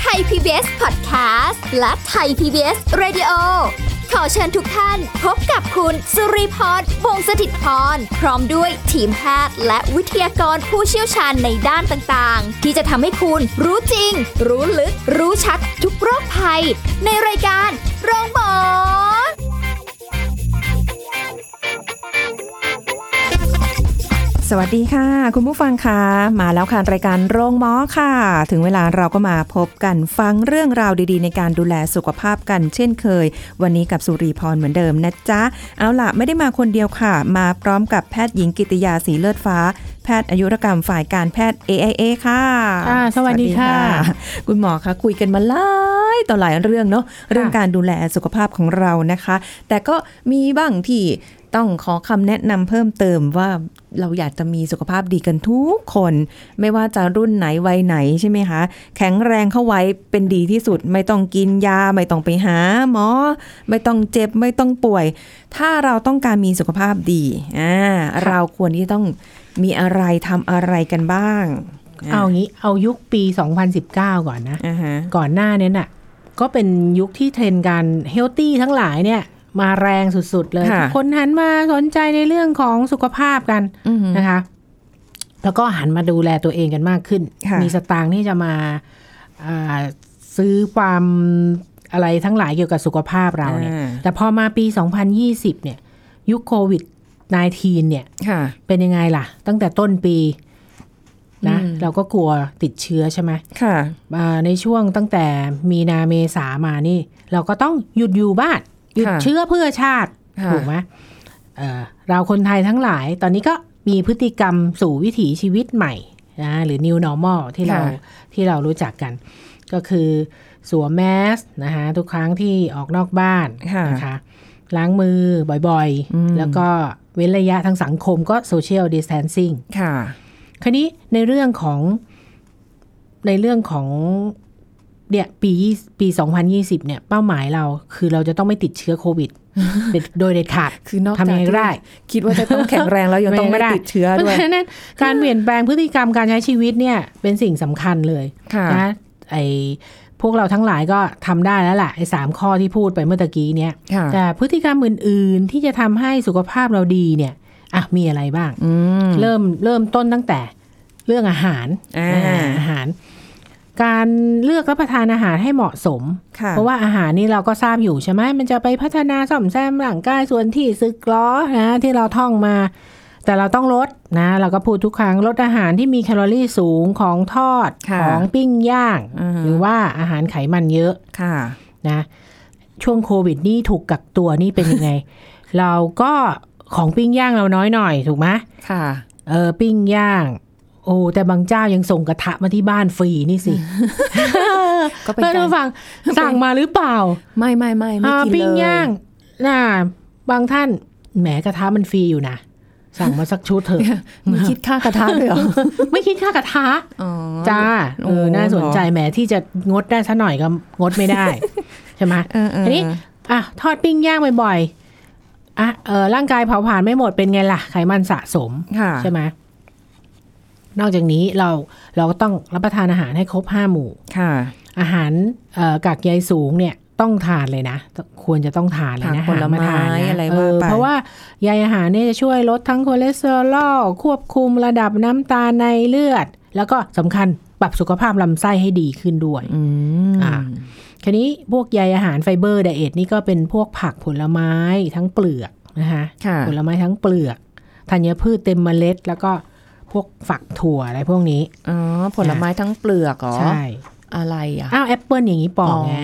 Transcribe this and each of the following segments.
ไทย PBS Podcast และไทย PBS Radio ขอเชิญทุกท่านพบกับคุณสุริพรวงศสถิตพร พร้อมด้วยทีมแพทย์และวิทยากรผู้เชี่ยวชาญในด้านต่างๆ ที่จะทำให้คุณรู้จริง รู้ลึก รู้ชัดทุกโรคภัย ในรายการโรงพยาบาล สวัสดีค่ะ คุณผู้ฟังค่ะมาแล้วค่ะรายการโรงหมอค่ะ ถึงเวลาเราก็มาพบกันฟังเรื่องราวดีๆ ในการดูแลสุขภาพกันเช่นเคย วันนี้กับสุรีพรเหมือนเดิมนะจ๊ะ เอาล่ะ ไม่ได้มาคนเดียวค่ะ มาพร้อมกับแพทย์หญิงกิติยาสีเลือดฟ้า แพทย์อายุรกรรมฝ่ายการแพทย์ AIA ค่ะ ค่ะสวัสดีค่ะ คุณหมอคะคุยกันมาหลายต่อหลายเรื่องเนาะเรื่องการดูแลสุขภาพของเรานะคะ แต่ก็มีบ้างที่ต้องขอคำแนะนำเพิ่มเติมว่าเราอยากจะมีสุขภาพดีกันทุกคน ไม่ว่าจะรุ่นไหนวัยไหนใช่ไหมคะ แข็งแรงเข้าไว้เป็นดีที่สุด ไม่ต้องกินยา ไม่ต้องไปหาหมอ ไม่ต้องเจ็บไม่ต้องป่วย ถ้าเราต้องการมีสุขภาพดีอ่าเราควรที่ต้องมีอะไรทำอะไรกันบ้าง เอางี้เอายุคปี 2019 ก่อนนะ อ่าฮะ ก่อนหน้าเนี้น่ะ ก็เป็นยุคที่เทรนด์การเฮลตี้ทั้งหลายเนี่ย มาแรงสุดๆเลยทุกคนหันมาสนใจในเรื่องของสุขภาพกัน อือฮึ นะคะ แล้วก็หันมาดูแลตัวเองกันมากขึ้น ค่ะ มีสตางค์ที่จะมาอ่าซื้อความอะไรทั้งหลายเกี่ยวกับสุขภาพเราเนี่ย อ่ แต่พอมาปี 2020 เนี่ย ยุคโควิด -19 เนี่ย ค่ะ เป็นยังไงล่ะ ตั้งแต่ต้นปีนะ อืม เราก็กลัวติดเชื้อใช่ไหม ค่ะ อ่าในช่วงตั้งแต่มีนาเมษามานี่ เราก็ต้องหยุดอยู่บ้าน หยุด ค่ะ เชื้อเพื่อชาติ ค่ะ ถูกไหมเอ่อเราคนไทยทั้งหลาย ตอนนี้ก็มีพฤติกรรมสู่วิถีชีวิตใหม่นะหรือ new normal ที่เราที่เรารู้จักกัน ก็คือสวมแมสนะคะทุกครั้งที่ออกนอกบ้าน ค่ะ นะคะล้างมือบ่อย อืม ๆ แล้วก็เว้นระยะทางสังคมก็ Social Distancing ค่ะ คราวนี้ในเรื่องของในเรื่องของเนี่ยปี20ปี 2020 เนี่ยเป้าหมายเราคือเราจะต้องไม่ติดเชื้อโควิด เด็ดโดยเด็ดขาด คือนอก ทำ จา ยั ก งไงก็ได้ ที่คิดว่าจะต้องแข็งแรง แล้วยังต้องไม่ติดเชื้อ เพ ด้ว ราะ ย ฉะนั้นการเปลี่ยนแปลงพฤติกรรมการใช้ชีวิตเนี่ยเป็นสิ่งสำคัญเลย ค่ะ นะไอพวกเราทั้งหลายก็ทำได้แล้วล่ะไอสามข้อที่พูดไปเมื่อตะกี้เนี่ย ค่ะ แต่พฤติกรรมอื่น ๆ ที่จะทำให้สุขภาพเราดีเนี่ยอ่ะมีอะไรบ้าง อืม เริ่มเริ่มต้นตั้งแต่เรื่องอาหาร อ่า อ่าอาหาร การเลือกรับประทานอาหารให้เหมาะสม ค่ะ เพราะว่าอาหารนี่เราก็ทราบอยู่ใช่ไหมมันจะไปพัฒนาซ่อมแซมร่างกายส่วนที่ซึกหล้อนะที่เราท่องมา แต่เราต้องลดนะ เราก็พูดทุกครั้งลดอาหารที่มีแคลอรี่สูงของทอด ค่ะ ของปิ้งย่าง อือฮึ หรือว่าอาหารไขมันเยอะ ค่ะ นะช่วงโควิดนี่ถูกกักตัวนี่เป็น ยังไง เราก็ของปิ้งย่างเราน้อยหน่อยถูกไหม ค่ะ เออปิ้งย่าง โอ้แต่บางเจ้ายังส่งกระทะมาที่บ้านฟรีนี่สิ ก็เป็น เพื่อน การ ผู้ ฟังสั่งมาหรือเปล่า ไม่ไม่ไม่ไม่ อ่า กินเลย ปิ้งย่างน่ะบางท่านแหมกระทะมันฟรีอยู่นะสั่งมาสักชุดเถ อะ มีคิดค่ากระทะด้วยเหรอ ไม่คิดค่ากระทะ อ๋อ จ้า โอ้ เออน่าสนใจแหมที่จะงดได้ซะหน่อยก็งดไม่ ได้ ใช่ไหม เออเอออั นนี้อ่ะทอดปิ้งย่างบ่อยๆอ่ะเออร่างกายเผาผลาญไม่หมดเป็นไงล่ะ ไขมันสะสม ค่ะ ใช่ไหมนอกจากนี้เราเราก็ต้องรับประทานอาหารให้ครบห้าหมู่ ค่ะ อาหารเอ่อกากใยสูงเนี่ยต้องทานเลยนะต้องควรจะต้องทานเลย ผัก นะ ผล หาา ไม้ ทานน อะไร เอ ว่า อ ไป เพราะว่าใยอาหารเนี่ยจะช่วยลดทั้งคอเลสเตอรอลควบคุมระดับน้ำตาลในเลือด แล้วก็สำคัญปรับสุขภาพลำไส้ให้ดีขึ้นด้วย อืม อ่ะ คันนี้พวกใยอาหารไฟเบอร์ไดเอทนี่ก็เป็นพวกผักผลไม้ทั้งเปลือกนะคะ ค่ะ ผลไม้ทั้งเปลือกธัญพืชเต็มเมล็ด แล้วก็พวกฝักถั่วอะไรพวกนี้ อ๋อ ผลไม้ทั้งเปลือกเหรอ ใช่ อะไรอ่ะ อ้าวแอปเปิลอย่างนี้ปอกไง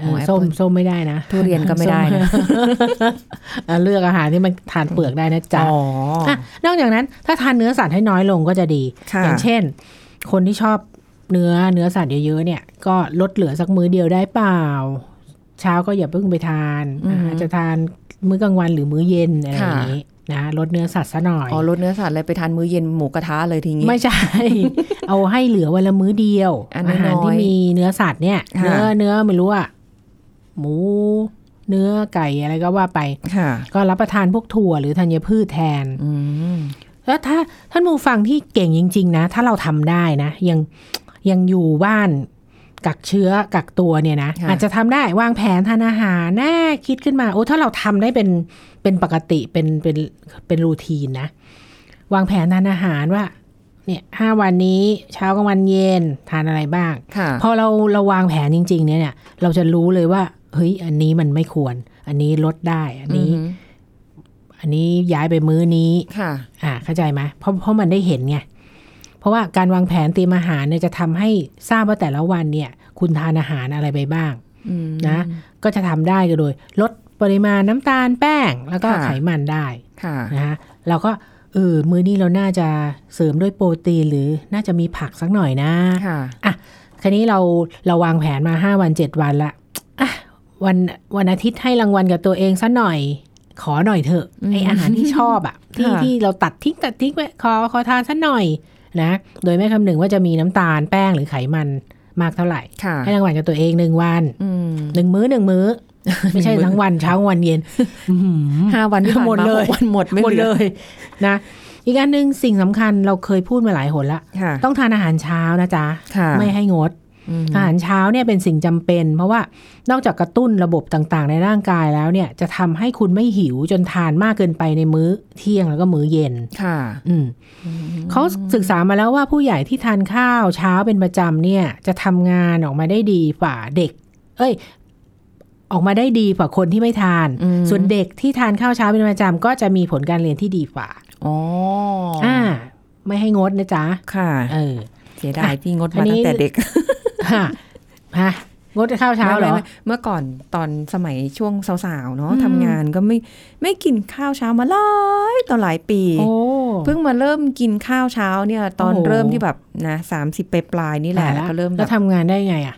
เออ แอปเปิ้ล ส้มส้มไม่ได้นะ ทุเรียน ก็ไม่ได้นะ ส้ เออเลือกอาหารที่มันทานเปลือกได้นะจ๊ะ อ๋ออ่ะ ะนอกจากนั้นถ้าทานเนื้อสัตว์ให้น้อยลงก็จะดี ค่ะ อย่างเช่น คนที่ชอบเนื้อเนื้อสัตว์เยอะๆเนี่ย ก็ลดเหลือสักมื้อเดียวได้เปล่า เช้าก็อย่าเพิ่งไปทานอาจจะทานมื้อกลางวันหรือมื้อเย็นอะไรอย่างนี้นะลดเนื้อสัตว์ซะหน่อย อ๋อลดเนื้อสัตว์เลยไปทานมื้อเย็นหมูกระทะเลยทีนี้ ไม่ใช่ เอาให้เหลือวันละมื้อเดียว อันน้อยๆ หารที่มีเนื้อสัตว์เนี่ย ค่ะ เนื้อเนื้อไม่รู้อะหมู เนื้อไก่อะไรก็ว่าไป ค่ะ ก็รับประทานพวกถั่วหรือธัญพืชแทน อืม แล้วถ้าท่านผู้ฟังที่เก่งจริง ๆ นะ ถ้าเราทำได้นะ ยังยังอยู่บ้านกักเชื้อกักตัวเนี่ยนะ ค่ะ อาจจะทำได้วางแผนทานอาหารน่าคิดขึ้นมาโอ้ถ้าเราทำได้เป็นเป็นปกติเป็นเป็นเป็นรูทีนนะ วางแผนทานอาหารว่า เนี่ยห้าวันนี้เช้ากลางวันเย็นทานอะไรบ้าง ค่ะ พอเราเราวางแผนจริง ๆ เนี่ยเนี่ย เราจะรู้เลยว่า เฮ้ย อันนี้มันไม่ควร อันนี้ลดได้อันนี้ อือหือ อันนี้ย้ายไปมื้อนี้ ค่ะ อ่าเข้าใจไหมเพราะเพราะมันได้เห็นไง เพราะว่าการวางแผนเตรียมอาหารเนี่ยจะทำให้ทราบว่าแต่ละวันเนี่ย คุณทานอาหารอะไรไปบ้าง อืม นะ ก็จะทำได้ก็โดย ลดปริมาณน้ำตาลแป้ง แล้วก็ ค่ะ ไขมันได้ ค่ะ นะคะเราก็เออมื้อนี้เราน่าจะเสริมด้วยโปรตีนหรือน่าจะมีผักสักหน่อยนะ ค่ะ คราวนี้เราเราวางแผนมาห้าวันเจ็ดวันละอ่ะวันวันอาทิตย์ให้รางวัลกับตัวเองสักหน่อย ขอหน่อยเถอะ อืม ไออาหารที่ชอบ อะที่ ค่ะ ที่เราตัดทิ้งตัดทิ้งไว้ขอขอทานสักหน่อยนะโดยไม่คำนึงว่าจะมีน้ำตาลแป้งหรือไขมันมากเท่าไหร่ ค่ะ ให้รางวัลกับตัวเองหนึ่งวัน อืม หนึ่งมื้อหนึ่งมื้อ ไม่ใช่ หนึ่งมื้อ ทั้งวันเช้ากลางวันเย็นอื้อหือ ห้าวันที่ผ่าน หมด มา เลย หกวันหมดไม่ หมด เหลื เล อย นะอีกอันหนึ่งสิ่งสำคัญเราเคยพูดมาหลายหนละ ค่ะ ต้องทานอาหารเช้านะจ๊ะ ค่ะ ไม่ให้งด อืม อาหารเช้าเนี่ยเป็นสิ่งจำเป็น เพราะว่านอกจากกระตุ้นระบบต่างๆ ในร่างกายแล้วเนี่ยจะทำให้คุณไม่หิวจนทานมากเกินไปในมื้อเที่ยงแล้วก็มื้อเย็น ค่ะ อืมเขาศึกษามาแล้วว่าผู้ใหญ่ที่ทานข้าวเช้าเป็นประจำเนี่ย จะทำงานออกมาได้ดีกว่าเด็ก เอ้ย ออกมาได้ดีกว่าคนที่ไม่ทาน อืม ส่วนเด็กที่ทานข้าวเช้าเป็นประจำก็จะมีผลการเรียนที่ดีกว่า อ๋ออ่า อ่า ไม่ให้งดนะจ๊ะ ค่ะ เอ อ เสียดายที่งด อั มาน นี้ ตั้งแต่เด็ก ฮะฮะงดข้าวเช้าเหรอ ไม่ไม่ไม่เมื่อก่อนตอนสมัยช่วงสาวๆเนาะ อืม ทำงานก็ไม่ไม่กินข้าวเช้ามาหลายต่อหลายปี โอ้ เพิ่งมาเริ่มกินข้าวเช้าเนี่ย ตอน โอ้โห เริ่มที่แบบนะสามสิบปลายๆนี่แหละ ตาย ก็เริ่มแบ แล้ว บ ทำงานได้ไงอ่ะ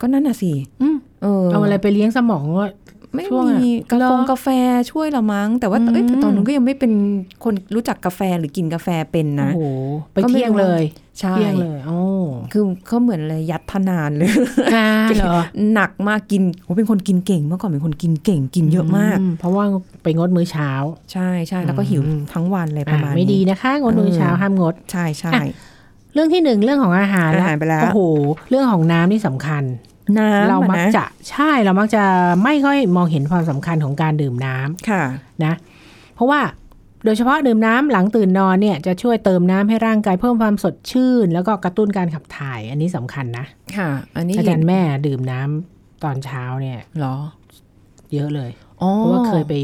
ก็นั่นน่ะสิ อืม เออ เอาอะไรไปเลี้ยงสมองว่า ไม่ ช่วงอะ มีกา เหร แฟ อก าแฟช่วยละมั้ง แต่ว่าเอ้ย อืม แต่ตอนนั้นก็ยังไม่เป็นคนรู้จักกาแฟหรือกินกาแฟเป็น โอ้ นะ โห ไป ก็ไม่ เที่ยง รู้ เลย ใช่ เที่ยงเลยโอ้ คือเขาเหมือนอะไรยัดพนานเลย อ่าเหรอ หนักมากกินโอ้เป็นคนกินเก่งเมื่อก่อนเป็นคนกินเก่งกินเยอะมาก เพราะว่าไปงดมื้อเช้า ใช่ใช่แล้วก็ อืม หิวทั้งวันเลยประมาณ อ่าไม่ดี นี้ นะคะ งดมื้อเช้าห้ามงด ใช่ใช่ อ่ะ เรื่องที่หนึ่งเรื่องของอาหาร อาหารไปแล้ว โอ้โห เรื่องของน้ำนี่สำคัญ น้ำ เรา อ มัก น จะใช่เรามักจะไม่ค่อยมองเห็นความสำคัญของการดื่มน้ำ ค่ะ นะเพราะว่าโดยเฉพาะดื่มน้ำหลังตื่นนอนเนี่ยจะช่วยเติมน้ำให้ร่างกายเพิ่มความสดชื่น แล้วก็กระตุ้นการขับถ่ายอันนี้สำคัญนะ ค่ะ อันนี้ อา เห็ จาน รย์แม่ดื่มน้ำตอนเช้าเนี่ย เหรอ เยอะเลย อ๋อ เพราะว่าเคยไป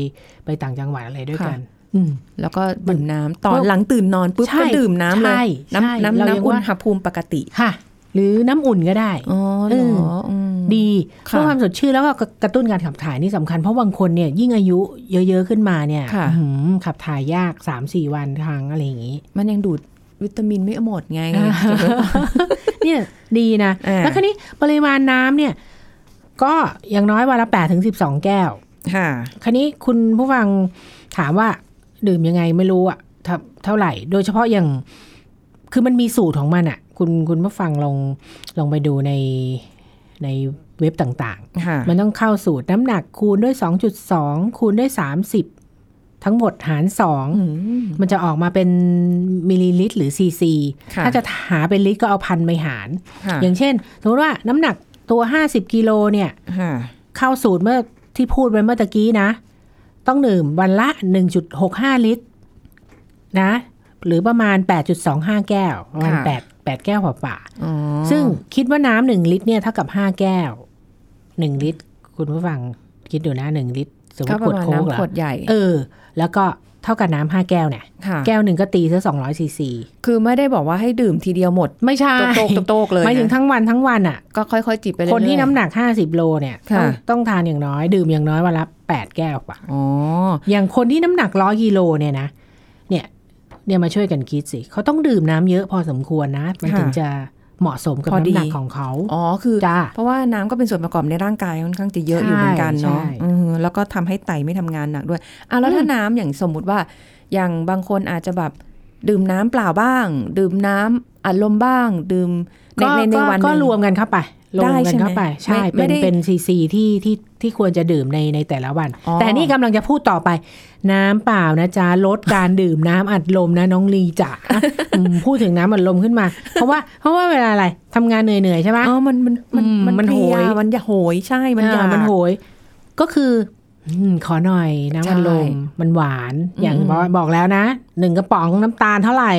ไปต่างจังหวัดอะไรด้วยกัน ค่ะ อืม แล้วก็ดื่มน้ำตอนเพราะ หลังตื่นนอนปุ๊บ ใช่ ก็ดื่มน้ำเล ใช่ ย ใช่ น้ำ เรา น้ำ ยัง น้ำอุณ ว่า หภูมิปกติ ค่ะ หรือน้ำอุ่นก็ได้ อ๋อเหรออืม ดี ค่ะ เพื่อความสดชื่นแล้วก็กระกระตุ้นการขับถ่ายนี่สำคัญ เพราะบางคนเนี่ยยิ่งอายุเยอะๆขึ้นมาเนี่ย ค่ะ อื้อหือขับถ่ายยากสามสี่วันครั้งอะไรอย่างนี้ มันยังดูดวิตามินไม่หมดไง อ่า เนี่ยดีนะ อ่า แล้วคราวนี้ปริมาณน้ำเนี่ย ก็อย่างน้อยวันละแปดถึงสิบสองแก้ว ค่ะ คราวนี้คุณผู้ฟังถามว่าดื่มยังไงไม่รู้อะเท่าเท่าไหร่ โดยเฉพาะอย่างคือมันมีสูตรของมันอะคุณคุณผู้ฟังลองลองไปดูในในเว็บต่าง ค่ะ ๆ มันต้องเข้าสูตรน้ำหนักคูณด้วย 2.2 คูณด้วย 30 ทั้งหมดหาร 2 อืม มันจะออกมาเป็นมิลลิลิตรหรือซีซี ค่ะ ถ้าจะหาเป็นลิตรก็เอาพันไปหาร ค่ะ อย่างเช่น สมมติว่าน้ำหนักตัว 50 กิโลเนี่ย ค่ะ เข้าสูตรเมื่อที่พูดไปเมื่อตะกี้นะ ต้องดื่มวันละ 1.65 ลิตรนะ หรือประมาณ 8.25 แก้วประมาณ ค่ะ 8 8 แก้วกว่า อ๋อ ๆซึ่งคิดว่าน้ำหนึ่งลิตรเนี่ยเท่ากับ 5 แก้ว 1 ลิตร คุณผู้ฟังคิดดูนะ 1 ลิตรสมม ก็ ติ ป ข ระ วด มาณ โค้กเหร น้ำ อ ขวดใหญ่ เออ แล้วก็เท่ากับน้ำห้าแก้วเนี่ย ค่ะ แก้วหนึ่งก็ตีซะสองร้อยซีซี คือไม่ได้บอกว่าให้ดื่มทีเดียวหมด ไม่ใช่ โตกๆโตกๆเลย หมายถึง นะ ทั้งวันทั้งวันอ่ะ ก็ค่อยๆ จิบไปเรื่อยๆ คนที่น้ำหนักห้าสิบโลเนี่ยต้อง ค่ะ ต้องทานอย่างน้อย ดื่มอย่างน้อยวันละแปดแก้วกว่า อ๋อ อย่างคนที่น้ำหนักร้อยกิโลเนี่ยนะ เนี่ยเนี่ยมาช่วยกันคิดสิ เขาต้องดื่มน้ำเยอะพอสมควรนะ มัน ค่ะ ถึงจะเหมาะสมกับ พอดี น้ำหนักของเขา อ๋อ คือ จ้า เพราะว่าน้ำก็เป็นส่วนประกอบในร่างกายค่อนข้างจะเยอะอยู่ ใช่ เหมือนกันเนาะ ใช่ อืมแล้วก็ทำให้ไตไม่ทำงานหนักด้วยอ่ะแล้วถ้าน้ำอย่างสมมุติว่า อย่างบางคนอาจจะแบบดื่มน้ำเปล่าบ้าง ดื่มน้ำอัดลมบ้าง ดื่มใน ก็ ในใน ก็ วัน ก็ หนึ่ง รวมกันเข้าไป ลง ได้ กั ใช่ น ไหม เข้าไป ใช่ ไม่ เป็น ไม่ได้ เป็นซีซีที่ที่ที่ควรจะดื่มในในแต่ละวัน อ๋อ แต่นี่กำลังจะพูดต่อไป น้ำเปล่านะจ๊ะลดการดื่มน้ำอัดลมนะน้องลี จ๋าอืมพูดถึงน้ำอัดลมขึ้นมา เพราะว่าเพราะว่าเวลาอะไรทำงานเหนื่อยๆใช่ไหม อ๋อมันมันมัน อืมมัน เพลี โหย มันอย่าโหยใช่มันอย่า อ่า มั มันโหย ก็คืออืมขอหน่อยน้ำอัดลม ใช่ มันหวาน อย่าง อืม บอกบอกแล้วนะหนึ่งกระป๋องน้ำตาลเท่าไหร่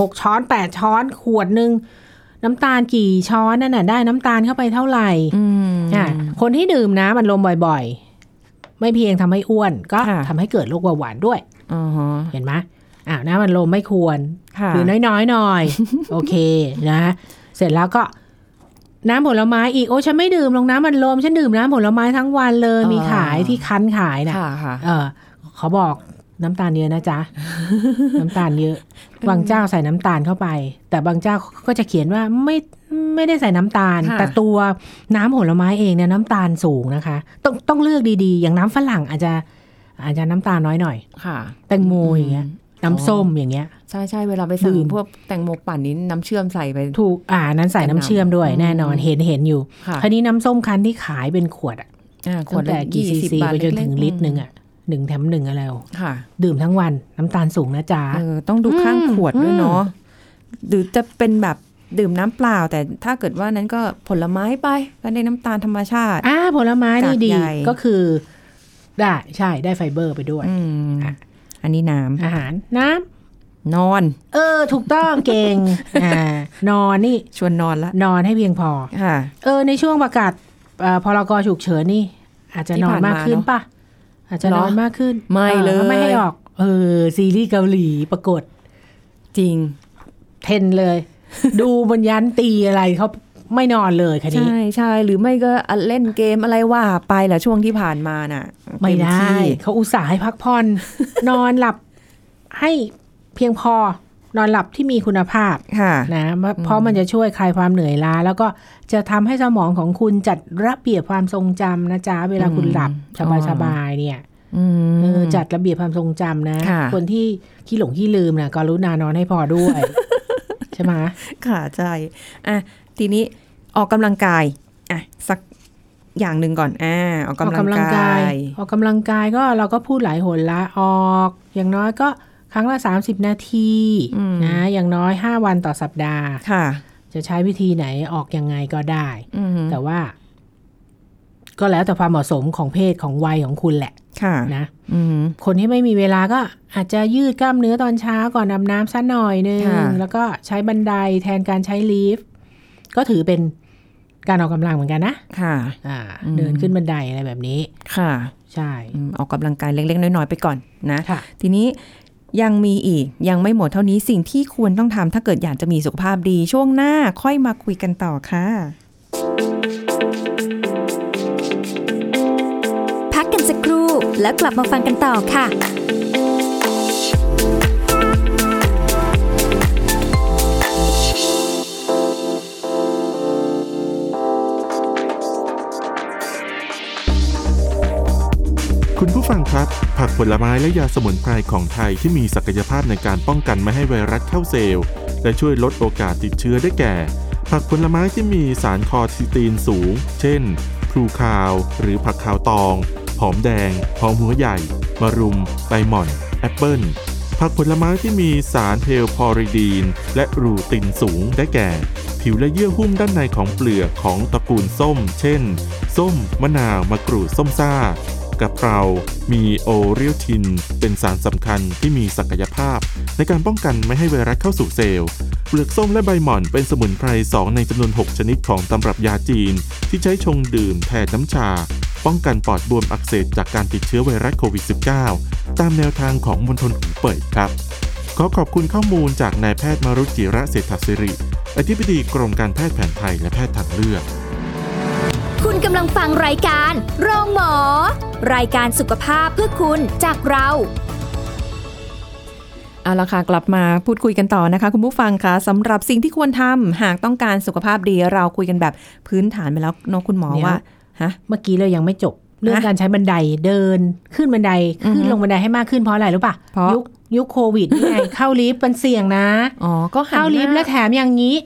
หกช้อนแปดช้อนขวดหนึ่งน้ำตาลกี่ช้อนนั่นน่ะได้น้ำตาลเข้าไปเท่าไหร่ อืม อ่ะคนที่ดื่มน้ำมันลมบ่อยๆ ไม่เพียงทำให้อ้วน ก็ ค่ะ ทำให้เกิดโรคเบาหวานด้วย อ๋อฮะ เห็นไหมอ้าวน้ำมันลมไม่ควร ค่ะ หรือน้อยๆหน่อย โอเคนะ เสร็จแล้วก็น้ำผลไม้อีก โอ้ฉันไม่ดื่มลงน้ำมันลม ฉันดื่มน้ำผลไม้ทั้งวันเลย มีขายที่คั้นขายนะ ค่ะค่ะ เออขอบอกน้ำตาลเยอะนะ จ๊ะ น้ำตาลเยอะ บางเจ้าใส่น้ำตาลเข้าไป แต่บางเจ้าก็จะเขียนว่าไม่ไม่ได้ใส่น้ำตาล ค่ะ แต่ตัวน้ำผลไม้เองเนี่ยน้ำตาลสูงนะคะ ต้องต้องเลือกดีๆ อย่างน้ำฝรั่งอาจจะอาจจะน้ำตาลน้อยหน่อย ค่ะ แตงโมอย่างเงี้ย อืม น้ำส้มอย่างเงี้ย ใช่ใช่เวลาไปสั่ง ดื่ม พวกแตงโมปั่นนี้น้ำเชื่อมใส่ไป ถูกอ่านั้นใส่น้ำเชื่อมด้วย อืม แน่นอนเห็นเห็นอยู่ ค่ะ คราวนี้น้ำส้มคั้นที่ขายเป็นขวดอะ อ่าขวดละตั้งแต่กี่ซี 20 ซี บาท ไปจนถึง เกๆ ลิตรหนึ่งอะหนึ่งแถมหนึ่งอะไรเอา ค่ะ ดื่มทั้งวันน้ำตาลสูงนะจ๊ะ เออต้องดูข้าง อืม ขวดด้วย อืม เนาะหรือจะเป็นแบบดื่มน้ำเปล่า แต่ถ้าเกิดว่านั้นก็ผลไม้ไปก็ได้น้ำตาลธรรมชาติ อ่าผลไม้นี่ดี กากใย ก็คือ ได้ใช่ได้ไฟเบอร์ไปด้วย อืม อ่ะ อันนี้น้ อาหารน้ ำนอน ำเออ ถูกต้อง เก่ง อ่านอนนี่ ชวนนอนละ นอนให้เพียงพอ ค่ะ เออ ในช่วงประกาศเอ่อพรกฉุกเฉินนี่ อาจจะนอนมากขึ้นป่ะ อาจจะนอน เหรอ มากขึ้น ไม่ ออ เลย ไม่ให้ออก เออ ซีรีส์เกาหลีปรากฏ จริง เทรนเลย ดูบนยันตีอะไรเขาไม่นอนเลยคันนี้ ใช่ใช่หรือไม่ก็เล่นเกมอะไรว่าไปแหละช่วงที่ผ่านมาน่ะ ไม่ได้ เต็ที่ เขาอุตส่าห์ให้พักผ่อน นอนหลับให้เพียงพอนอนหลับที่มีคุณภาพ ค่ะ นะเพราะมันจะช่วยคลายความเหนื่อยล้า แล้วก็จะทำให้สมองของคุณจัดระเบียบความทรงจำนะจ๊ะ เวลาคุณหลับ อ๋อ สบายๆเนี่ย อืม เออจัดระเบียบความทรงจำนะ ค่ะ คนที่ขี้หลงขี้ลืมนะก็รุณานอนให้พอด้วย ใช่ไหม ค่ะใช่อ่ะทีนี้ออกกำลังกายอ่ะสักอย่างหนึ่งก่อนอ่าออกกำลังกาย ออกกำลังกายก็เราก็พูดหลายหนละออก อย่างน้อยก็ครั้งละ 30 นาที อืม นะอย่างน้อย 5 วันต่อสัปดาห์ ค่ะ จะใช้วิธีไหนออกยังไงก็ได้ อืม แต่ว่า ก็แล้วแต่ความเหมาะสมของเพศของวัยของคุณแหละ ค่ะ นะ อืม คนที่ไม่มีเวลาก็อาจจะยืดกล้ามเนื้อตอนเช้าก่อนอาบน้ำสักหน่อยนึง ค่ะ แล้วก็ใช้บันไดแทนการใช้ลิฟต์ก็ถือเป็นการออกกำลังเหมือนกันนะ ค่ะ อ่า อืม เดินขึ้นบันไดอะไรแบบนี้ ค่ะ ใช่ อืมออกกำลังกายเล็กๆ น้อยๆไปก่อนนะ ค่ะ ทีนี้ยังมีอีกยังไม่หมดเท่านี้สิ่งที่ควรต้องทำถ้าเกิดอยากจะมีสุขภาพดีช่วงหน้าค่อยมาคุยกันต่อค่ะ พักกันสักครู่แล้วกลับมาฟังกันต่อค่ะ คุณผู้ฟังครับ ผักผลไม้และยาสมุนไพรของไทยที่มีศักยภาพในการป้องกันไม่ให้ไวรัสเข้าเซลล์ และช่วยลดโอกาสติดเชื้อได้แก่ ผักผลไม้ที่มีสารคอทิสตีนสูง เช่นพลูคาว หรือผักขาวตอง หอมแดง หอมหัวใหญ่ มะรุม ใบหม่อน แอปเปิ้ล ผักผลไม้ที่มีสารเพลพอริดีน และรูตินสูงได้แก่ ผิวและเยื่อหุ้มด้านในของเปลือกของตระกูลส้ม เช่น ส้ม มะนาว มะกรูด ส้มซ่า กับเรามีโอเรียลทิน เป็นสารสำคัญที่มีศักยภาพ ในการป้องกันไม่ให้ไวรัสเข้าสู่เซลล์ เปลือกส้มและใบหม่อนเป็นสมุนไพร 2 ในจำนวน 6 ชนิดของตำรับยาจีน ที่ใช้ชงดื่มแทนน้ำชา ป้องกันปอดบวมอักเสบจากการติดเชื้อไวรัสโควิด -19 ตามแนวทางของมณฑลหูเป่ยครับ ขอขอบคุณข้อมูลจากนายแพทย์มารุจิระเศรษฐศิริ อธิบดีกรมการแพทย์แผนไทยและแพทย์ทางเลือก คุณกำลังฟังรายการ โรงหมอ รายการสุขภาพเพื่อคุณจากเรา เอาละค่ะกลับมาพูดคุยกันต่อนะคะ คุณผู้ฟังคะสำหรับสิ่งที่ควรทำหากต้องการสุขภาพดีเราคุยกันแบบพื้นฐานไปแล้วเนาะคุณหมอ เดี๋ยว ว่าฮะ เมื่อกี้เรายังไม่จบ เรื่องการใช้บันไดเดินขึ้นบันได อือฮึ ขึ้นลงบันไดให้มากขึ้นเพราะอะไรรู้ป่ะ เพราะ ยุค ยุคโควิดนี่ไง เข้าลิฟต์มันเสี่ยงนะ อ๋อก็หัน เข้าลิฟต์ ห แล้ น้า วแถมอย่างนี้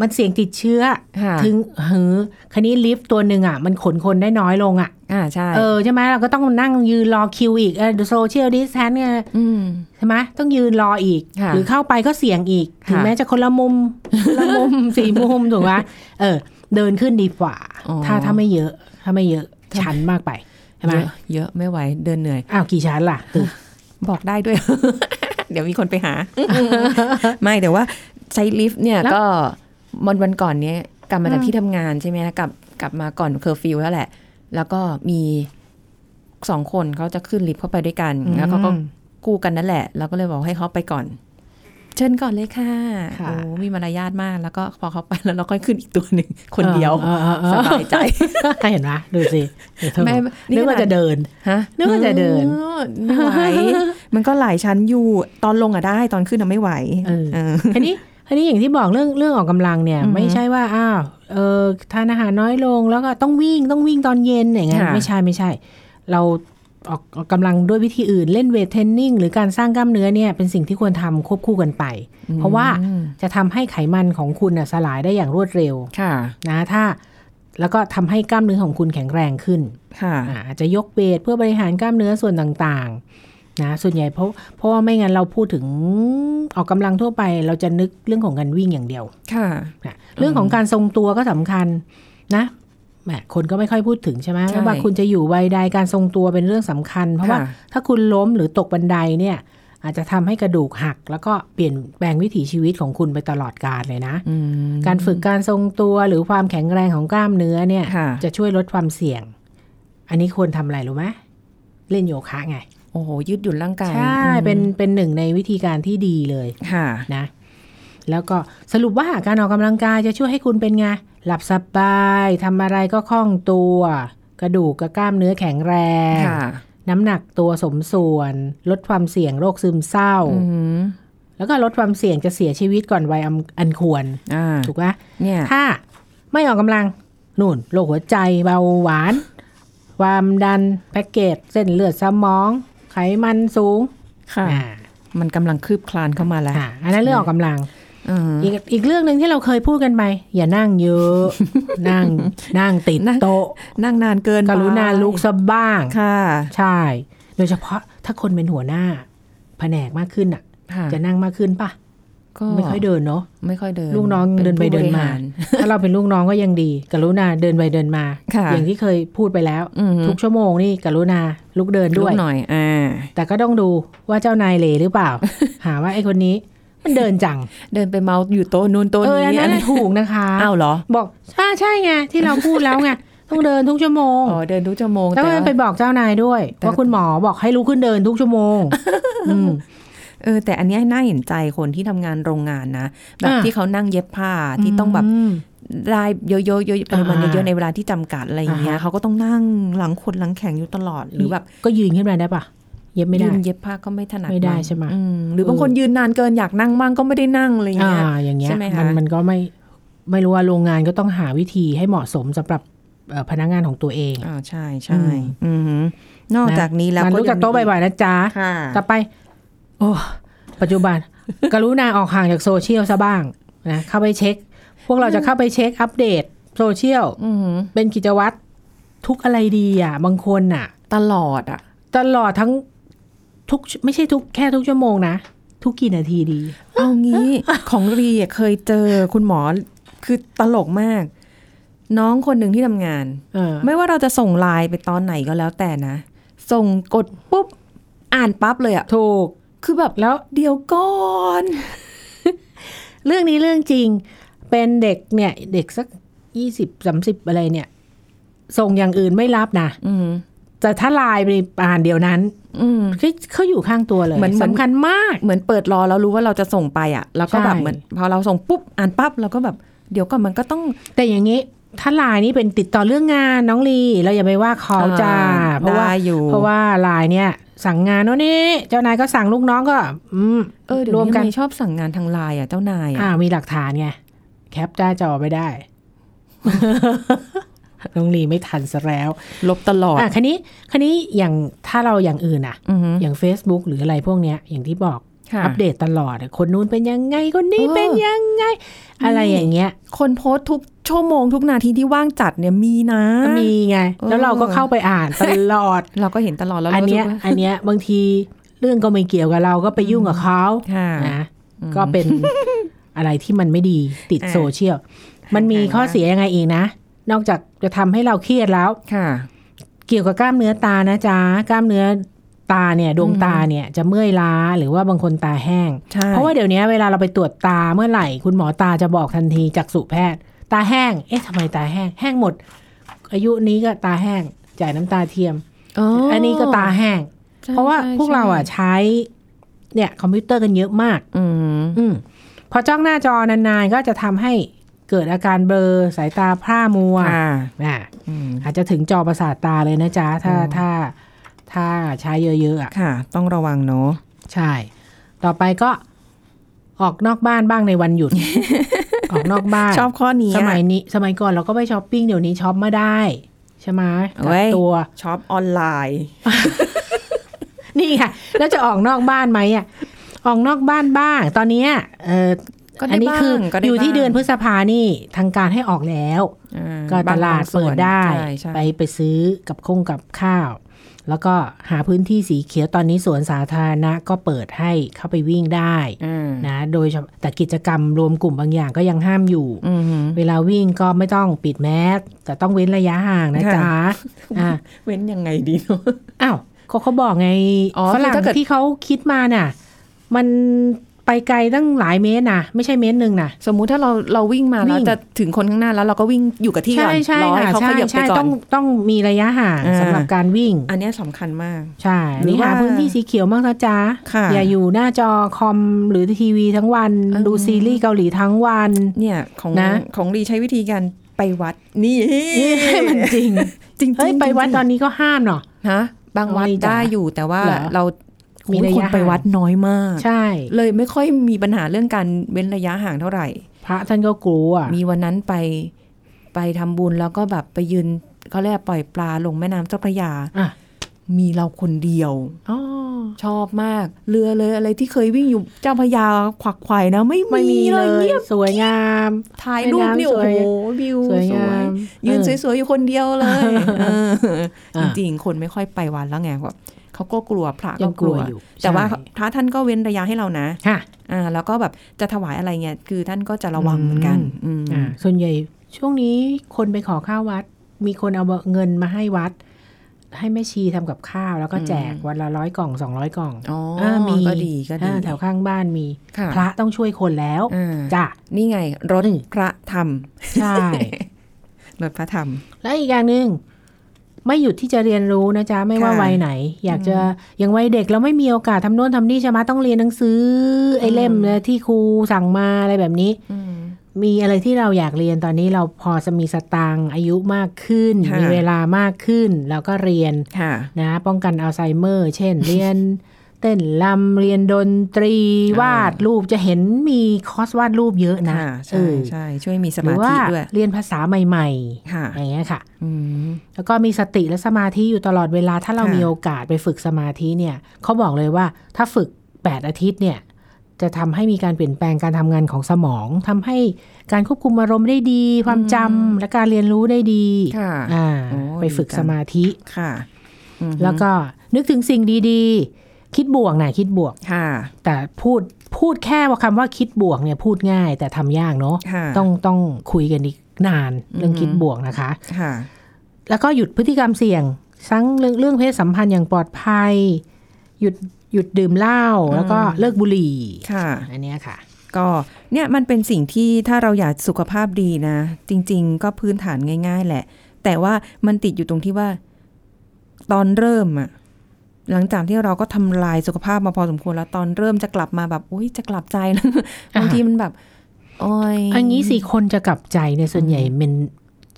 มันเสี่ยงติดเชื้อ ค่ะ ถึงเฮ้อคันนี้ลิฟต์ตัวหนึ่งอ่ะ มันขนคนได้น้อยลงอ่ะ อ่าใช่ เออใช่ไหมเราก็ต้องนั่งยืนรอคิวอีกเออโซเชียลดิสแทนเนี่ย อืม ใช่ไหมต้องยืนรออีก ค่ะ หรือเข้าไปก็เสี่ยงอีก ค่ะ ถึงแม้จะคนละมุม คนละมุม สี่มุมถูกไหมเออ เดินขึ้นดีกว่า ถ้าถ้าไม่เยอะ ถ้าไม่เยอะ ชันมากไปใช่ไหม เยอะเยอะไม่ไหวเดินเหนื่อย อ้าวกี่ชั้นล่ะตึก บอกได้ด้วย เดี๋ยวมีคนไป หา ไม่แต่ว่าใช้ลิฟต์เนี่ย แล้ว ก็วันวันก่อนเนี้ยกลับมาจาก อืม ที่ทำงานใช่ไหมกลับกลับมาก่อนเคอร์ฟิวแล้วแหละ แล้วก็มีสองคนเขาจะขึ้นลิฟต์เข้าไปด้วยกัน แล้วเขาก็ อืม กู้กันนั่นแหละเราก็เลยบอกให้เขาไปก่อน เชิญก่อนเลยค่ะ ค่ะ โอ้มีมารยาทมากแล้วก็พอเขาไปแล้วเราก็ขึ้นอีกตัวหนึ่งคนเดียว ออเออเออ สบายใจ เห็นไหมดูสิเดี๋ยวเธอ แม่นี่ นึกขว่านาด จะเดิน ฮะ นึกว่าจะเดิน ออไม่ไหว มันก็หลายชั้นอยู่ตอนลงอะได้ตอนขึ้นอะไม่ไหว เอ อ เออ คันนี้คันนี้อย่างที่บอกเรื่องเรื่องออกกำลังเนี่ย อือฮึ ไม่ใช่ว่าอ้าวเออทานอาหารน้อยลงแล้วก็ต้องวิ่งต้องวิ่งตอนเย็นอย่างเงี้ย ค่ะ ไม่ใช่ไม่ใช่ เราออกออกกำลังด้วยวิธีอื่นเล่นเวทเทรนนิ่งหรือการสร้างกล้ามเนื้อเนี่ยเป็นสิ่งที่ควรทำควบคู่กันไป เพราะว่า อืม จะทำให้ไขมันของคุณน่ะสลายได้อย่างรวดเร็ว ค่ะ นะถ้าแล้วก็ทำให้กล้ามเนื้อของคุณแข็งแรงขึ้น ค่ะ อาอาจจะยกเวทเพื่อบริหารกล้ามเนื้อส่วนต่างๆนะส่วนใหญ่เพราะเพราะว่าไม่งั้นเราพูดถึงออกกำลังทั่วไป เราจะนึกเรื่องของการวิ่งอย่างเดียว ค่ะ นะเรื่องของการทรงตัวก็สำคัญนะแหมคนก็ไม่ค่อยพูดถึงใช่ไหม ใช่ ว่าคุณจะอยู่วัยใดการทรงตัวเป็นเรื่องสำคัญ เพราะว่า ค่ ถ้าคุณล้มหรือตกบันไดเนี่ยอาจจะทำให้กระดูกหัก แล้วก็เปลี่ยนแปลงวิถีชีวิตของคุณไปตลอดกาลเลยนะ อืม การฝึกการทรงตัวหรือความแข็งแรงของกล้ามเนื้อเนี่ย ค่ะ จะช่วยลดความเสี่ยง อันนี้ควรทำอะไรรู้ไหมเล่นโยคะไง โอ้โหยืดหยุ่นร่างกาย ใช่ อืม เป็นเป็นหนึ่งในวิธีการที่ดีเลย ค่ะ นะ แล้วก็สรุปว่าการออกกำลังกายจะช่วยให้คุณเป็นไง หลับสบายทำอะไรก็คล่องตัว กระดูกกับกล้ามเนื้อแข็งแรง ค่ะ น้ำหนักตัวสมส่วน ลดความเสี่ยงโรคซึมเศร้า อืม แล้วก็ลดความเสี่ยงจะเสียชีวิตก่อนวัยอันอันควร อ่า ถูกไหม เนี่ย ถ้าไม่ออกกำลังนู่นโรคหัวใจเบาหวาน ความดันแพ็กเกจเส้นเลือดสมอง ไขมันสูง ค่ะ อ่า มันกำลังคืบคลานเข้ามาแล้ว อ่าอันนั้นเรื่องออกกำลัง อืม อีกอีกเรื่องหนึ่งที่เราเคยพูดกันไป อย่านั่งเย อะ นั่งนั่งติด นั่ง โต๊ะ นั่งนานเกิน กรุณา ไป ลุกซะบ้าง ค่ะ ใช่ โดยเฉพาะถ้าคนเป็นหัวหน้า แผนกมากขึ้นอ่ะ ค่ะ จะนั่งมากขึ้นป่ะ ก็ ไม่ค่อยเดินเนาะ ไม่ค่อยเดิน ลูกน้องเดินไป ผู้ เดิน บริ มา หร ถ้าเราเป็นลูกน้องก็ยังดี กรุณาเดินไปเดินมา ค่ะ อย่างที่เคยพูดไปแล้ว อืม ทุกชั่วโมงนี่กรุณาลุกเดินด้วย ลุกหน่อยอ่า แต่ก็ต้องดูว่าเจ้านายเหลหรือ เปล่า หาว่าไอ้คนนี้มันเดินจัง เดินไปเมาอยู่โต๊ะนู้นโต๊ะ เออ นี้ อันนั้นนะถูกนะคะ อ้าวเหรอ บอกใช่ใช่ไงที่เราพูดแล้วไงต้องเดินทุกชั่วโมง อ๋อเดินทุกชั่วโมง แล้วก็ ว่า ไปบอกเจ้านายด้วย แต่ ว่าคุณหมอบอกให้ลุกขึ้นเดินทุกชั่วโม ง อืม เออแต่อันเนี้ยน่าเห็นใจคนที่ทำงานโรงงานนะ แบบ อ่า ที่เขานั่งเย็บผ้าที่ต้องแบบ ม ได้เยอะๆเยอะๆปริมาณ อ่า เยอะๆในเวลาที่จำกัดอะไรอย่างเงี้ย อ่าฮะ เขาก็ต้องนั่งหลังขดหลังแข็งอยู่ตลอดหรือแบบ ก็ยืนขึ้นมาได้ปะเย็บไม่ ยื ได้ นเย็บผ้าก็ไม่ถนัด ไม่ได้ ง ใช่ไหม อืหรือ เออ บางคนยืนนานเกินอยากนั่งบ้างก็ไม่ได้นั่งอะไรอย่าง อ่า เงี้ย อย่างเงี้ย ใช่ไหมคะ มันมันก็ไม่ไม่รู้ว่าโรงงานก็ต้องหาวิธีให้เหมาะสมสำหรับเอ่อพนักงานของตัวเอง อ่าใช่ใช่อือหือนอก นะ จากนี้แล้ว มัน ก็ รู้จักโต๊ะบ่อยๆนะจ๊ะ ค่ะ ต่อไป โอ้ปัจจุบัน กรุณาออกห่างจากโซเชียลซะบ้างนะเข้าไปเช็ค พวกเราจะเข้าไปเช็คอัปเดตโซเชียล อือหือ เป็นกิจวัตรทุกอะไรดีอ่ะ บางคนอ่ะ ตลอดอ่ะ ตลอดทั้งทุกไม่ใช่ทุกแค่ทุกชั่วโมงนะ ทุกกี่นาทีดี เอางี้ ของรีอะเคยเจอคุณหมอคือตลกมาก น้องคนหนึ่งที่ทำงาน เออ ไม่ว่าเราจะส่งไลน์ไปตอนไหนก็แล้วแต่นะ ส่งกดปุ๊บ อ่านปั๊บเลยอะ ถูก คือแบบ แล้ว เดี๋ยวก่อน เรื่องนี้เรื่องจริง เป็นเด็กเนี่ย เด็กสักยี่สิบสามสิบอะไรเนี่ย ส่งอย่างอื่นไม่รับนะ อืม แต่ถ้าไลน์ไปอ่านเดียวนั้น อืม เขาเขาอยู่ข้างตัวเลย เหมือน สำคัญมาก เหมือนเปิดรอแล้วรู้ว่าเราจะส่งไปอะแล้วก็แบบ ใช่ เหมือนพอเราส่งปุ๊บ อ่านปั๊บเราก็แบบ เดี๋ยวก่อนมันก็ต้อง แต่อย่างนี้ ถ้าไลน์นี่เป็นติดต่อเรื่องงานน้องลีเราอย่าไปว่าเขา อ่า จ้าเพราะว่า ได้อยู่ เพราะว่าไลน์เนี่ย สั่งงานโน่นนี่เจ้านายก็สั่งลูกน้องก็ อืม เออเดี๋ยว รวม นี้ กัน ไม่ชอบสั่งงานทางไลน์อะเจ้านาย อ่า อะ มีหลักฐานไงแคปจ้าจอไปได้ น้องลีไม่ทันซะแล้ว ลบตลอด อ่ะคันนี้คันนี้อย่างถ้าเราอย่างอื่นอ่ะ อือหือ อย่าง Facebook หรืออะไรพวกเนี้ยอย่างที่บอก ค่ะ อัปเดตตลอดอะคนนู้นเป็นยังไงคนนี้ เออ เป็นยังไง อะไรอย่างเงี้ย คนโพสต์ทุกชั่วโมงทุกนาทีที่ว่างจัดเนี่ยมีนะ มีไง แล้วเราก็ เออ เข้าไปอ่านตลอด เราก็เห็นตลอดแล้ว อัน รา เนี้ย รู้สึกว่า อันเนี้ยบางทีเรื่องก็ไม่เกี่ยวกับเราก็ไปยุ่งกับเขา ค่ะ นะ อืม ก็ เป็นอะไรที่มันไม่ดีติด อ่า โซเชียล มันมี อ่า ข้อเสียยังไงอีกนะ นอกจากจะทำให้เราเครียดแล้ว ค่ะ เกี่ยวกับกล้ามเนื้อตานะจ๊ะ กล้ามเนื้อตาเนี่ยดวงตาเนี่ยจะเมื่อยล้าหรือว่าบางคนตาแห้ง ใช่ เพราะว่าเดี๋ยวนี้เวลาเราไปตรวจตาเมื่อไหร่ คุณหมอตาจะบอกทันทีจากสุแพทย์ ตาแห้ง เอ๊ะทำไมตาแห้ง แห้งหมด อายุนี้ก็ตาแห้ง จ่ายน้ำตาเทียม อันนี้ก็ตาแห้ง ใช่ เพราะว่า ใช่ พวกเราอ่ะ ใช่ ใช้ เนี่ยคอมพิวเตอร์กันเยอะมาก อืม อืมพอจ้องหน้าจอนานๆ ก็จะทำให้เกิดอาการเบลอสายตาพร่ามัว ค่ะ อ่า อืม อาจจะถึงจอประสาทตาเลยนะจ๊ะ ถ้า อืม ถ้าถ้าใช้เยอะๆอ่ะ ค่ะ ต้องระวังเนาะ ใช่ ต่อไปก็ออกนอกบ้านบ้างในวัน หยุด ออกนอกบ้าน ชอบข้อนี้อะ สมัยนี้ สมัยก่อนเราก็ไปช้อปปิ้งเดี๋ยวนี้ช้อปไม่ได้ ใช่ไหมกั เว้ ก ย ตัว ช็อปออนไลน์ นี่ค่ะ แล้วจะออกนอกบ้านไหมอ่ะ ออกนอกบ้านบ้าง ตอนเนี้ยเอออันนี้คือ ก็ได้ อยู่ที่ บ้าง เดือนพฤษภานี่ทางการให้ออกแล้ว อ่ ก็ตลาดเปิดได้ ใช่ใช่ ไปไปซื้อกับคงกับข้าว แล้วก็หาพื้นที่สีเขียวตอนนี้สวนสาธารณะก็เปิดให้เข้าไปวิ่งได้ อ่า นะโดยเฉพาะแต่กิจกรรมรวมกลุ่มบางอย่างก็ยังห้ามอยู่ อืม เวลาวิ่งก็ไม่ต้องปิดแมสแต่ต้องเว้นระยะห่างนะ ค่ะ จ๊ะอ่ะ เว้นยังไงดีเนาะ อ้าวเขาเขาบอกไง อ๋อ ฝ คือ รั่ง ถ้าเกิด ที่เขาคิดมาน่ะ มันไปไกลตั้งหลายเมตรนะไม่ใช่เมตรหนึ่งนะ สมมุติถ้าเราเราวิ่งมาแล้ว วิ่ง จะถึงคนข้างหน้าแล้วเราก็วิ่งอยู่กับที่ก่ ใช่ อน ใช่ รอให้ ค่ะ เขา ใช่ ขยับไป ใช่ ก่อ ต้ น องต้องมีระยะห่าง อ่า สำหรับการวิ่ง อันเนี้ยสำคัญมาก ใช่ หรือ นี่ ว่า หาพื้นที่สีเขียวมากนะจ๊ะ ค่ะ อย่าอยู่หน้าจอคอมหรือทีวีทั้งวัน อืม ดูซีรีส์เกาหลีทั้งวัน เนี่ยของ นะ ของดีใช้วิธีการไปวัดนี่ ให้มันจริง จริงๆ เฮ้ย ไปวัด จริงๆ ตอนนี้ก็ห้ามเนาะ ฮะบางวัด ไม่จ้ะ ได้อยู่แต่ว่า เหรอ เรา มี มี ระยะ คนไป ห่าง วัดน้อยมาก ใช่ เลยไม่ค่อยมีปัญหาเรื่องการเว้นระยะห่างเท่าไหร่ พระท่านก็กลัว มีวันนั้นไปไปทำบุญแล้วก็แบบไปยืนเขาเรียกว่าปล่อยปลาลงแม่น้ำเจ้าพระยา อ่ะ มีเราคนเดียว อ๋อ ชอบมาก เรือเลยอะไรที่เคยวิ่งอยู่เจ้าพระยาขวักไขวนะ ไม่ ไม่มี มี เล เลย ย เงียบ สวยงาม ถ่ายรูปนี่โอ้ แม่ โห น้ำสวย วิว สวยงาม ยืนสวยๆอยู่คนเดียวเลยเออ อ่ะ จริงๆ คนไม่ค่อยไปวัดแล้วไงแบบเขาก็กลัวพระ ยั ก็ งก ก ลั ลั ว ว อยู่ แต่ว่า ใช่ พระท่านก็เว้นระยะให้เรานะ ค่ะ อ่าแล้วก็แบบจะถวายอะไรเงี้ยคือท่านก็จะระวังเหมือนกันอืม อ่าส่วนใหญ่ช่วงนี้คนไปขอข้าววัด มีคนเอาเงินมาให้วัด ให้แม่ชีทำกับข้าว แล้วก็แจก อืม วันละร้อยกล่องสองร้อยกล่อง อ๋อ อ่ามี ก็ดีก็ดี อ่าแถวข้างบ้านมี ค่ะ พระต้องช่วยคนแล้ว อ่า จ้ะ นี่ไงรถ อืม พระธรรม ใช่ รถพระธรรม และอีกอย่างหนึ่งไม่หยุดที่จะเรียนรู้นะจ๊ะ ไม่ว่า ค่ะ วัยไหน อยากจะยังวัยเด็กแล้วไม่มีโอกาสทำโน่นทำนี่ใช่ไหมต้องเรียนหนังสือไอ้ อืม เล่มเนี่ยที่ครูสั่งมาอะไรแบบนี้ อืม มีอะไรที่เราอยากเรียนตอนนี้เราพอจะมีสตางค์อายุมากขึ้น ค่ะ มีเวลามากขึ้น แล้วก็เรียน ค่ะ นะป้องกันอัลไซเมอร์ เช่น เรียน เต้นลำเรียนดนตรี อ่าว าดรูปจะเห็นมีคอร์สวาดรูปเยอะนะ ค่ะ เอ ใช่ อ ใช่ช่วยมีส หรื มา อว่า ธิด้วย เรียนภาษาใหม่ ค่ะ ๆอย่างเงี้ยค่ะ อืม แล้วก็มีสติและสมาธิอยู่ตลอดเวลาถ้าเรา ค่ะ มีโอกาสไปฝึกสมาธิเนี่ยเขาบอกเลยว่าถ้าฝึก 8 อาทิตย์เนี่ยจะทำให้มีการเปลี่ยนแปลงการทำงานของสมองทำให้การควบคุมอารมณ์ได้ดี ความจำและการเรียนรู้ได้ดี ค่ะ อ่า โอ้ ไปฝึก ดีจัง สมาธิ ค่ะอืม แล้วก็นึกถึงสิ่งดีๆ คิดบวกนะคิดบวก ค่ะ แต่พูดพูดแค่ว่าคำว่าคิดบวกเนี่ยพูดง่ายแต่ทำยากเนาะ ค่ะ ต้องต้องคุยกันอีกนานเรื่องคิดบวกนะคะ ค่ะ แล้วก็หยุดพฤติกรรมเสี่ยงทั้งเรื่องเรื่องเพศสัมพันธ์อย่างปลอดภัย หยุดหยุดดื่มเหล้า อืม แล้วก็เลิกบุหรี่ ค่ะ อันเนี้ยค่ะ ก็เนี่ยมันเป็นสิ่งที่ถ้าเราอยากสุขภาพดีนะ จริง ๆ ก็พื้นฐานง่าย ๆ แหละ แต่ว่ามันติดอยู่ตรงที่ว่า ตอนเริ่มอะหลังจากที่เราก็ทำลายสุขภาพมาพอสมควรแล้วตอนเริ่มจะกลับมาแบบอุ้ยจะกลับใจแล้ว บางทีมันแบบโอ้ย อันนี้สี่คนจะกลับใจในยส่วนใหญ่มัน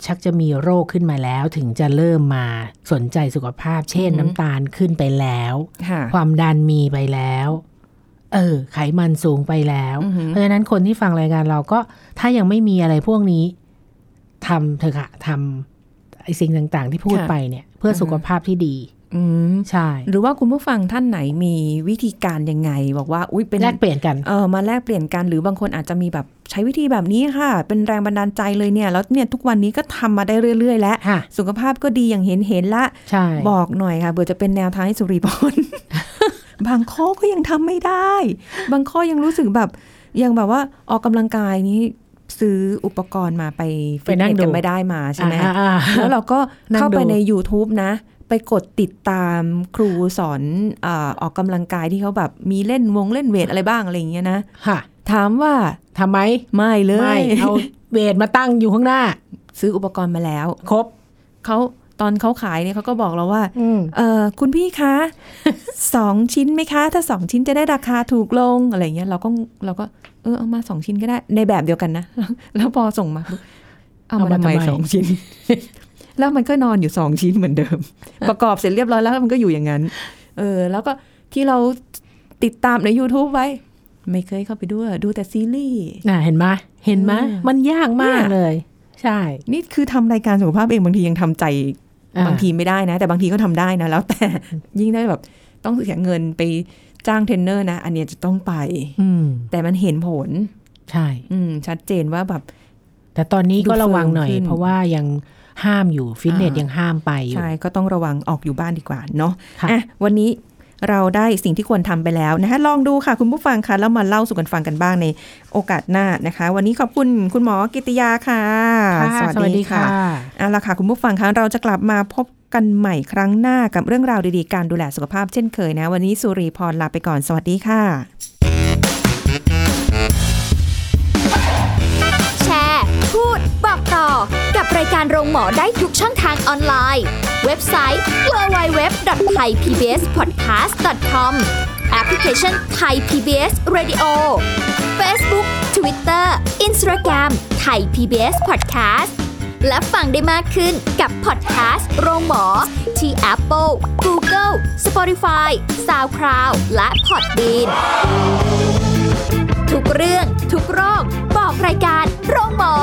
ชักจะมีโรคขึ้นมาแล้ว ถึงจะเริ่มมาสนใจสุขภาพ เช่น อือหือ น้ำตาลขึ้นไปแล้ว ค่ะ ความดันมีไปแล้ว เออ ไขมันสูงไปแล้ว อือหือ เพราะฉะนั้นคนที่ฟังรายการเราก็ถ้ายังไม่มีอะไรพวกนี้ทำเถอะค่ะทำไอสิ่งต่างๆ ที่พูด ค่ะ ไปเนี่ย เพื่ออ อฮึ สุขภาพที่ดี อืม ใช่ หรือว่าคุณผู้ฟังท่านไหนมีวิธีการยังไง บอกว่าอุ้ยเป็น แลกเปลี่ยนกัน เออมาแลกเปลี่ยนกันหรือบางคนอาจจะมีแบบใช้วิธีแบบนี้ค่ะ เป็นแรงบันดาลใจเลยเนี่ย แล้วเนี่ยทุกวันนี้ก็ทำมาได้เรื่อย ๆ แล้ว ค่ะ สุขภาพก็ดีอย่างเห็นเห็นๆละ ใช่ บอกหน่อยค่ะเบื่อจะเป็นแนวทางให้สุริพร บางข้อก็ยังทำไม่ได้ บางข้อยังรู้สึกแบบ ยังแบบว่าออกกำลังกายนี้ ซื้ออุปกรณ์มาไปฟิตเนสกันไม่ได้มาใช่ไหม อ่าอ่าอ่า แล้วเราก็เข้าไป นั่งดู ใน YouTube นะ ไปกดติดตามครูสอนเออออกกำลังกายที่เขาแบบมีเล่นวงเล่นเวทอะไรบ้างอะไรอย่างเงี้ยนะ ค่ะ ถามว่า ทำไม ไม่เล ไม่ ย เอาเวทมาตั้งอยู่ข้างหน้า ซื้ออุปกรณ์มาแล้ว ครบ เขาตอนเขาขายเนี่ยเขาก็บอกเราว่า อืม เออคุณพี่คะ สองชิ้นไหมคะ ถ้าสองชิ้นจะได้ราคาถูกลงอะไรเงี้ยเราก็เราก็เออเอามาสองชิ้นก็ได้ในแบบเดียวกันนะ แล้วแล้วพอส่งมาปุ๊บเอามา เอามา ทำไม ทำไม สองชิ้น แล้วมันก็นอนอยู่สองชิ้นเหมือนเดิม ประกอบเสร็จเรียบร้อยแล้วมันก็อยู่อย่างนั้น เออ แล้วก็ที่เราติดตามใน YouTube ไว้ ไม่เคยเข้าไปดูอะดูแต่ซีรีส์ น่ะเห็นไหมเห็นไหม เออ มันยากมาก เนี่ย เลย ใช่ นี่คือทำรายการสุขภาพเองบางทียังทำใจ อ่ บางทีไม่ได้นะ แต่บางทีก็ทำได้นะ แล้ว แต่ ยิ่งได้แบบต้องเสียเงินไปจ้างเทรนเนอร์นะ อันเนี้ยจะต้องไป อืม แต่มันเห็นผล ใช่ อืม ชัดเจนว่าแบบ แต่ตอนนี้ก็ ดูเฟิร์ม ระวังหน่อย ขึ้น เพราะว่ายังห้ามอยู่ฟิตเนส อ่ายั ยังห้ามไปอยู่ ใช่ก็ต้องระวังออกอยู่บ้านดีกว่าเนาะ ค่ะ อ่ะวันนี้เราได้สิ่งที่ควรทำไปแล้วนะคะลองดูค่ะคุณผู้ฟังคะแล้วมาเล่าสู่กันฟังกันบ้างในโอกาสหน้านะคะ วันนี้ขอบคุณคุณหมอกิติยาค่ะ ค่ะสวัสดีค่ะ เอาละค่ะ คุณผู้ฟังคะเราจะกลับมาพบกันใหม่ครั้งหน้ากับเรื่องราวดีๆ การดูแลสุขภาพเช่นเคยนะ วันนี้สุรีพรลาไปก่อน สวัสดีค่ะ แชร์ พูด บอกต่อ กับรายการโรงหมอได้ทุกช่องทางออนไลน์ เว็บไซต์ www.thaipbspodcast.com แอปพลิเคชัน Thai PBS Radio Facebook Twitter Instagram Thai PBS Podcast และฟังได้มากขึ้นกับพอดแคสต์โรงหมอ ที่ Apple, Google, Spotify, SoundCloud และ Podbean ทุกเรื่องทุกโรค บอกรายการโรงหมอ